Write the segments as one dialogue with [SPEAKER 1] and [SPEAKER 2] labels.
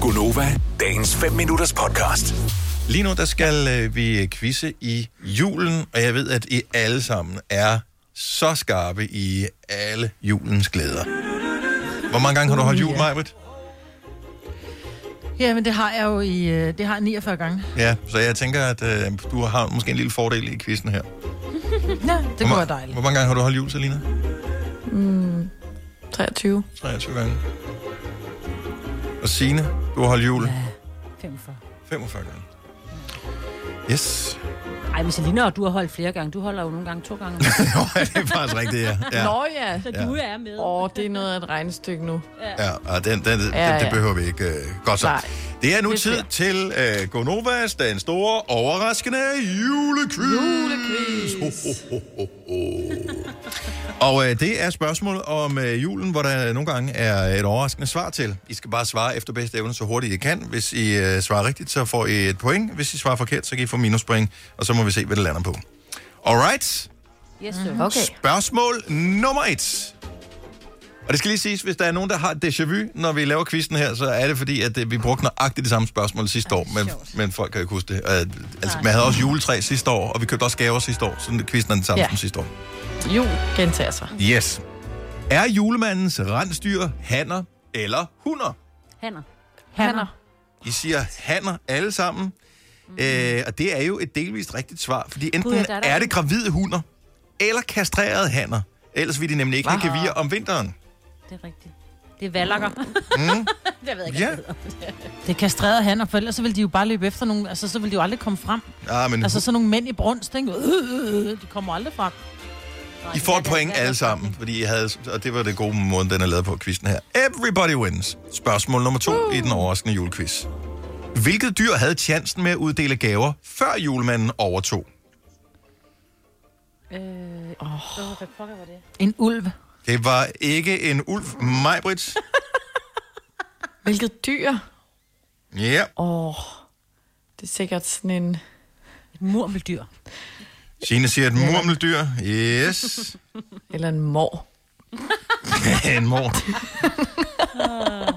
[SPEAKER 1] Gunova, dagens 5 minutters podcast.
[SPEAKER 2] Lige nu, der skal øh, vi quizze i julen, og jeg ved, at I alle sammen er så skarpe i alle julens glæder. Hvor mange gange har du holdt jul, Majbert?
[SPEAKER 3] Ja, men det har jeg jo i, øh, det har jeg 49 gange.
[SPEAKER 2] Ja, så jeg tænker, at øh, du har måske en lille fordel i quizzen her. Hvor
[SPEAKER 3] Ja, det
[SPEAKER 2] ma-
[SPEAKER 3] går dejligt.
[SPEAKER 2] Hvor mange gange har du holdt jul, Selina?
[SPEAKER 4] 23.
[SPEAKER 2] 23 gange. Og Signe, du har holdt jul
[SPEAKER 5] 45.
[SPEAKER 2] 45 gange. Yes.
[SPEAKER 5] Ej, men Selina, og du har holdt flere gange. Du holder jo nogle gange to gange.
[SPEAKER 2] Jo, det er faktisk rigtigt, ja. ja.
[SPEAKER 4] Nå ja.
[SPEAKER 5] Så du er med.
[SPEAKER 4] Åh, det er noget af et regnestykke nu.
[SPEAKER 2] Ja, og den, den, den, ja,
[SPEAKER 4] Ja,
[SPEAKER 2] ja.
[SPEAKER 4] ja.
[SPEAKER 2] det behøver vi ikke. Øh, godt så.
[SPEAKER 4] Nej.
[SPEAKER 2] Det er nu
[SPEAKER 4] Det
[SPEAKER 2] tid
[SPEAKER 4] bliver.
[SPEAKER 2] til øh, Gonovas, den store, overraskende julequiz.
[SPEAKER 4] Julequiz.
[SPEAKER 2] Ho, ho, ho, ho. Og øh, det er spørgsmål om øh, julen, hvor der nogle gange er et overraskende svar til. I skal bare svare efter bedste evne så hurtigt I kan. Hvis I øh, svarer rigtigt, så får I et point. Hvis I svarer forkert, så kan I få minuspoint, og så må vi se, hvad det lander på. Alright.
[SPEAKER 5] Yes, sir.
[SPEAKER 4] Okay.
[SPEAKER 2] Spørgsmål nummer et. Og det skal lige siges, hvis der er nogen, der har déjà vu, når vi laver quizzen her, så er det fordi, at øh, vi brugte nøjagtigt det samme spørgsmål sidste år, men, men folk kan jo ikke huske det. Og, øh, Altså, man havde også juletræ sidste år, og vi købte også gaver sidste år, så quizzen er den samme ja.
[SPEAKER 4] Ja.
[SPEAKER 2] som sidste år.
[SPEAKER 4] Jul gentager sig.
[SPEAKER 2] Yes. Er julemandens rensdyr hanner eller hunder?
[SPEAKER 5] Hanner.
[SPEAKER 4] Hanner.
[SPEAKER 2] I siger hanner alle sammen. Mm. Øh, og det er jo et delvist rigtigt svar, fordi enten
[SPEAKER 5] Gud, ja, der er der
[SPEAKER 2] er
[SPEAKER 5] en.
[SPEAKER 2] det gravide hunder, eller kastrerede hanner. Ellers vil de nemlig ikke have gevir om vinteren. Mm.
[SPEAKER 5] Det er rigtigt. Det er valakker. det ved jeg ikke.
[SPEAKER 2] Ja.
[SPEAKER 3] Det er kastrerede hanner, for ellers så ville de jo bare løbe efter nogen, altså så ville de jo aldrig komme frem.
[SPEAKER 2] Ja, Ah, men
[SPEAKER 3] Altså sådan nogle mænd i brunst, ikke? Øh, øh, øh, de kommer aldrig frem.
[SPEAKER 2] I får et point alle sammen, fordi I havde, og det var det gode måde, den er lavet på quizzen her. Everybody wins. Spørgsmål nummer to i den overraskende julequiz. Hvilket dyr havde chancen med at uddele gaver, før julemanden overtog?
[SPEAKER 5] Øh, åh, hvad pokker var det?
[SPEAKER 3] En ulv.
[SPEAKER 2] Det var ikke en ulv, Majbrit.
[SPEAKER 4] Hvilket dyr?
[SPEAKER 2] Ja,
[SPEAKER 4] Åh, det er sikkert sådan en...
[SPEAKER 3] Et murmeldyr.
[SPEAKER 2] Signe siger et murmeldyr. Yes.
[SPEAKER 4] Eller en mor.
[SPEAKER 2] En mor.
[SPEAKER 4] Ah.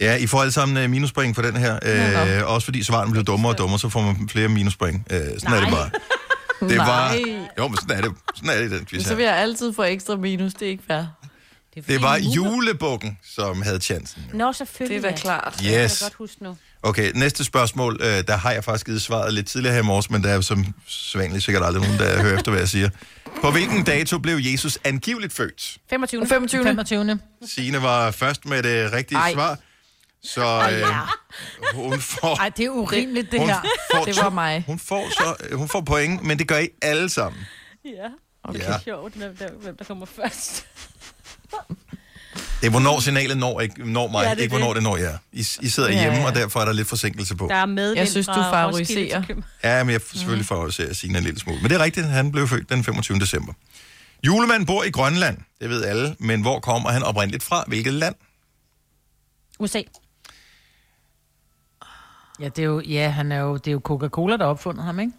[SPEAKER 2] Ja, I får alle sammen øh, minuspoint for den her. Øh, også fordi svaren blev dummere og dummere, så får man flere minuspoint. Øh, sådan er det
[SPEAKER 5] Nej.
[SPEAKER 2] bare. Det var...
[SPEAKER 4] Nej.
[SPEAKER 2] Jo, men sådan er det. Sådan er det i den quiz
[SPEAKER 4] Så
[SPEAKER 2] her.
[SPEAKER 4] vil jeg altid få ekstra minus, det er ikke fair.
[SPEAKER 5] er fordi
[SPEAKER 2] Det var
[SPEAKER 5] en mur-
[SPEAKER 2] julebukken, som havde chancen. jo.
[SPEAKER 5] Nå,
[SPEAKER 4] Det
[SPEAKER 5] selvfølgelig.
[SPEAKER 4] er da
[SPEAKER 5] ja.
[SPEAKER 4] klart.
[SPEAKER 5] Det kan
[SPEAKER 2] Yes.
[SPEAKER 5] Jeg godt huske nu.
[SPEAKER 2] Okay, næste spørgsmål. Øh, der har jeg faktisk givet svaret lidt tidligere her i morges, men der er jo som sædvanligt sikkert aldrig nogen, der hører efter, hvad jeg siger. På hvilken dato blev Jesus angiveligt født?
[SPEAKER 5] 25.
[SPEAKER 4] 25.
[SPEAKER 3] 25.
[SPEAKER 2] Signe var først med det rigtige Ej.
[SPEAKER 4] Ej.
[SPEAKER 2] svar, så øh, hun får...
[SPEAKER 3] Ej, det er urimeligt, det
[SPEAKER 2] Hun
[SPEAKER 3] her.
[SPEAKER 2] får,
[SPEAKER 4] Det
[SPEAKER 2] to-
[SPEAKER 4] var mig.
[SPEAKER 2] Hun får, så, øh, hun får point, men det gør I alle sammen.
[SPEAKER 5] Ja,
[SPEAKER 2] Okay. Ja.
[SPEAKER 5] sjovt, hvem der, hvem der kommer først.
[SPEAKER 2] Det er, hvornår signalet når, ikke, når mig,
[SPEAKER 5] Ja,
[SPEAKER 2] ja,
[SPEAKER 5] det er
[SPEAKER 2] ikke hvornår det når jer. I, I sidder
[SPEAKER 4] Ja,
[SPEAKER 2] hjemme,
[SPEAKER 4] ja.
[SPEAKER 2] og derfor er der lidt forsinkelse på.
[SPEAKER 5] Der er medvind
[SPEAKER 4] Jeg synes, du
[SPEAKER 5] fra
[SPEAKER 4] favoriserer.
[SPEAKER 5] Roskilde til København.
[SPEAKER 2] Ja, men jeg selvfølgelig favoriserer Signe en lille smule. Men det er rigtigt, han blev født den 25. december. Julemanden bor i Grønland, det ved alle, men hvor kommer han oprindeligt fra? Hvilket land?
[SPEAKER 5] USA.
[SPEAKER 3] Ja, det er jo, ja, han er jo, det er jo Coca-Cola, der har opfundet ham, ikke?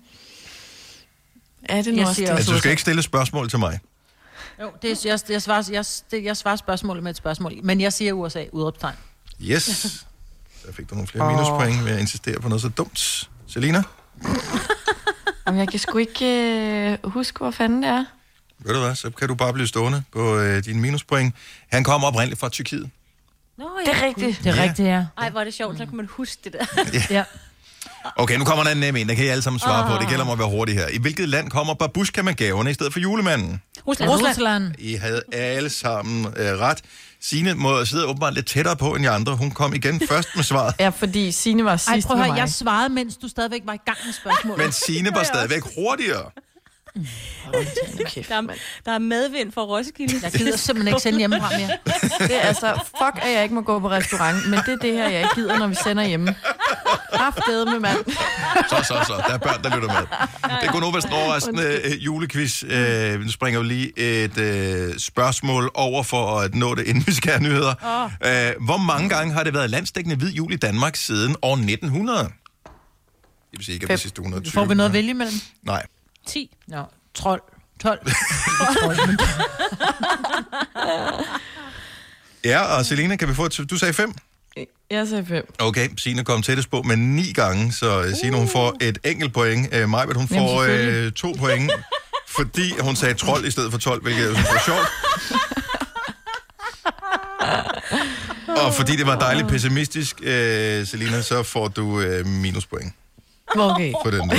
[SPEAKER 4] Er det nu
[SPEAKER 3] Jeg
[SPEAKER 4] også
[SPEAKER 3] siger
[SPEAKER 4] det?
[SPEAKER 2] Altså, du skal ikke stille spørgsmål til mig.
[SPEAKER 3] Jo, det er, jeg, jeg, svarer, jeg, det, jeg svarer spørgsmålet med et spørgsmål, men jeg siger USA, udropstegn.
[SPEAKER 2] Yes. Der fik du nogle flere minuspoint ved at insistere på noget så dumt. Selina,
[SPEAKER 4] Jamen, jeg kan sgu ikke øh, huske, hvor fanden det er.
[SPEAKER 2] ved du hvad, så kan du bare blive stående på øh, dine minuspoint. Han kommer oprindeligt fra Tyrkiet.
[SPEAKER 5] Nå, ja.
[SPEAKER 4] Det er rigtigt.
[SPEAKER 3] Det er
[SPEAKER 2] Ja.
[SPEAKER 3] ja. rigtigt, ja.
[SPEAKER 5] Ej, hvor er det sjovt, så kan man huske det der.
[SPEAKER 3] ja.
[SPEAKER 2] Okay, nu kommer der en nem en, der kan I alle sammen svare på. Det gælder om at være hurtig her. I hvilket land kommer babushka med gaverne i stedet for julemanden?
[SPEAKER 3] Rusland.
[SPEAKER 5] Rusland. Rusland.
[SPEAKER 3] Rusland.
[SPEAKER 2] I havde alle sammen øh, ret. Signe må sidde åbenbart lidt tættere på end de andre. Hun kom igen først med svaret.
[SPEAKER 4] Ja, fordi Signe var
[SPEAKER 3] Ej,
[SPEAKER 4] sidst
[SPEAKER 3] prøv at
[SPEAKER 4] med
[SPEAKER 3] høre,
[SPEAKER 4] mig.
[SPEAKER 3] jeg svarede, mens du stadigvæk var i gang med spørgsmålet.
[SPEAKER 2] Men Signe var stadigvæk hurtigere.
[SPEAKER 4] Hold nu kæft,
[SPEAKER 5] Der er,
[SPEAKER 4] mand.
[SPEAKER 5] der er medvind fra Roskilde.
[SPEAKER 3] Jeg gider simpelthen ikke sende hjemmefra mere.
[SPEAKER 4] Det er altså, fuck, at jeg ikke må gå på restaurant, men det er det her, jeg ikke gider, når vi sender hjemme. Kraftede med mand.
[SPEAKER 2] Så, så, så. Der er børn, der lytter med. Det kunne nu være sådan en overraskende øh, julequiz. Øh, nu springer jo lige et øh, spørgsmål over for at nå det, inden vi skal have nyheder. Øh, hvor mange gange har det været landsdækkende hvid jul i Danmark siden år 1900? Det vil sige ikke, at de
[SPEAKER 4] Fem.
[SPEAKER 2] sidste 120.
[SPEAKER 3] Får vi noget at vælge imellem?
[SPEAKER 2] Nej.
[SPEAKER 5] 10.
[SPEAKER 3] Nå, trold. 12.
[SPEAKER 2] Ja, og Selina, kan vi få et... Du sagde fem?
[SPEAKER 4] Jeg sagde fem.
[SPEAKER 2] Okay, Signe kom tættest på med ni gange, så uh. Signe hun får et enkelt point. Uh, Majbert, hun
[SPEAKER 4] Jamen,
[SPEAKER 2] får
[SPEAKER 4] selvfølgelig.
[SPEAKER 2] uh, to point, fordi hun sagde trold i stedet for 12, hvilket jeg synes var sjovt. Og fordi det var dejligt pessimistisk, uh, Selina, så får du uh, minuspoint
[SPEAKER 4] Okay.
[SPEAKER 2] på den der.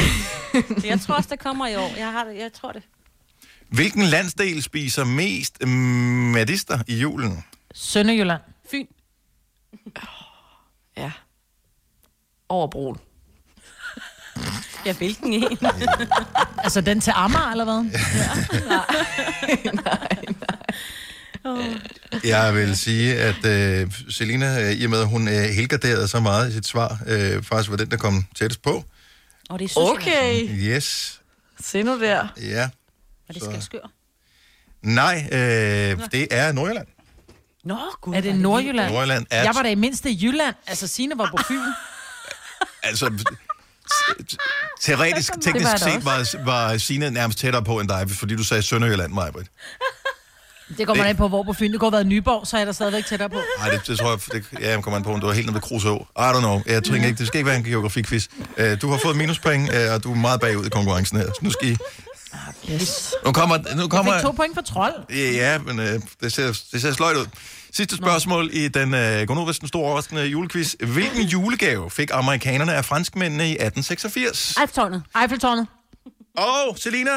[SPEAKER 5] Jeg tror også, der kommer i år. Jeg, har det. jeg tror det.
[SPEAKER 2] Hvilken landsdel spiser mest mm, madister i julen?
[SPEAKER 3] Sønderjylland.
[SPEAKER 5] Fyn.
[SPEAKER 4] Ja. Over broen.
[SPEAKER 5] Ja, hvilken en?
[SPEAKER 3] Altså den til Amager, eller hvad?
[SPEAKER 2] Jeg vil sige, at øh, Selina, øh, i og med at hun øh, helgarderede så meget i sit svar, øh, faktisk var den, der kom tættest på.
[SPEAKER 5] Åh, det er Sydsjælland.
[SPEAKER 4] Okay.
[SPEAKER 2] Yes,
[SPEAKER 4] Se nu der.
[SPEAKER 2] ja.
[SPEAKER 5] Og det skal skøre.
[SPEAKER 2] Nej, øh, det er Nordjylland.
[SPEAKER 5] Nå, gud.
[SPEAKER 3] Er det Nordjylland?
[SPEAKER 2] Nordjylland er...
[SPEAKER 3] Jeg var da i mindste i Jylland. Altså Signe var på Fyn.
[SPEAKER 2] Altså, t- t- teoretisk, teknisk
[SPEAKER 4] Det var
[SPEAKER 2] set var, var Signe nærmest tættere på end dig, fordi du sagde Sønderjylland, Majbrit.
[SPEAKER 3] Det kommer
[SPEAKER 2] Det-
[SPEAKER 3] det... an på, hvor på Fyn. Det kunne have været Nyborg, så er jeg da stadigvæk tættere på.
[SPEAKER 2] Nej, det, det tror jeg, det, ja, jeg kommer an på, om du er helt nede ved Kruså. I don't know. Jeg tænker ikke, det skal ikke være en geografikquiz. Øh, du har fået minuspoint, øh, og du er meget bagud i konkurrencen her. Så nu skal I...
[SPEAKER 4] Yes.
[SPEAKER 2] Nu kommer... Nu kommer
[SPEAKER 3] Jeg fik to point for trold.
[SPEAKER 2] Ja, ja, men øh, det, ser, det ser sløjt ud. Sidste spørgsmål i den øh, Gunovas, den store overraskende julequiz. Hvilken julegave fik amerikanerne af franskmændene i 1886?
[SPEAKER 5] Alftårnet.
[SPEAKER 3] Eiffeltårnet.
[SPEAKER 2] Og Selina,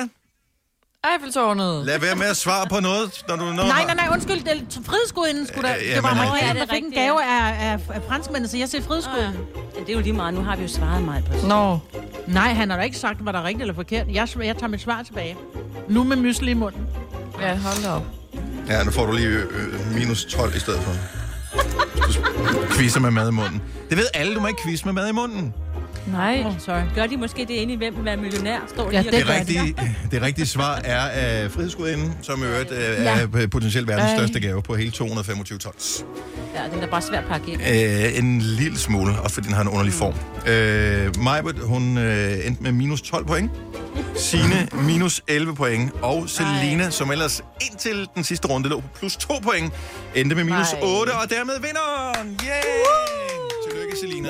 [SPEAKER 4] Eiffeltårnet.
[SPEAKER 2] lad være med at svare på noget, når du når...
[SPEAKER 3] Nej, nej, nej, undskyld. Det er frihedsgudinden, skulle da.
[SPEAKER 2] Ja, ja,
[SPEAKER 3] det var
[SPEAKER 2] men-
[SPEAKER 3] mig,
[SPEAKER 2] Ja,
[SPEAKER 5] det
[SPEAKER 3] der
[SPEAKER 5] er
[SPEAKER 3] fik en
[SPEAKER 5] rigtigt,
[SPEAKER 3] gave af, af, af franskmændene, så jeg siger frihedsgudinden.
[SPEAKER 5] Ja, det er jo lige meget. Nu har vi jo svaret meget på det.
[SPEAKER 4] Nå.
[SPEAKER 3] Nej, han har da ikke sagt, hvad der er rigtigt eller forkert. Jeg, sv- jeg tager mit svar tilbage. Nu med mysli i munden.
[SPEAKER 4] Ja, hold da op.
[SPEAKER 2] Ja, nu får du lige øh, minus 12 i stedet for. Du quizzer med mad i munden. Det ved alle, du må ikke quizze med mad i munden.
[SPEAKER 4] Nej.
[SPEAKER 3] Oh, sorry.
[SPEAKER 5] Gør de måske det inde i, hvem vil være millionær? Står
[SPEAKER 3] Ja,
[SPEAKER 5] lige
[SPEAKER 3] det
[SPEAKER 5] og
[SPEAKER 2] Det
[SPEAKER 5] gør
[SPEAKER 3] gør de.
[SPEAKER 2] rigtige, det rigtige svar er øh, frihedsgudinden, som i øvrigt øh, er potentielt verdens
[SPEAKER 4] Ej.
[SPEAKER 2] største gave på hele 225 tons.
[SPEAKER 5] Ja, den er bare svær at pakke ind.
[SPEAKER 2] Øh, en lille smule, også fordi den har en underlig form. Øh, Majbert, hun øh, endte med minus 12 point. Sine minus 11 point. Og Selina, som ellers indtil den sidste runde lå på plus 2 point, endte med minus
[SPEAKER 4] Ej.
[SPEAKER 2] 8, og dermed vinderen! Yeah! Tillykke, Selina.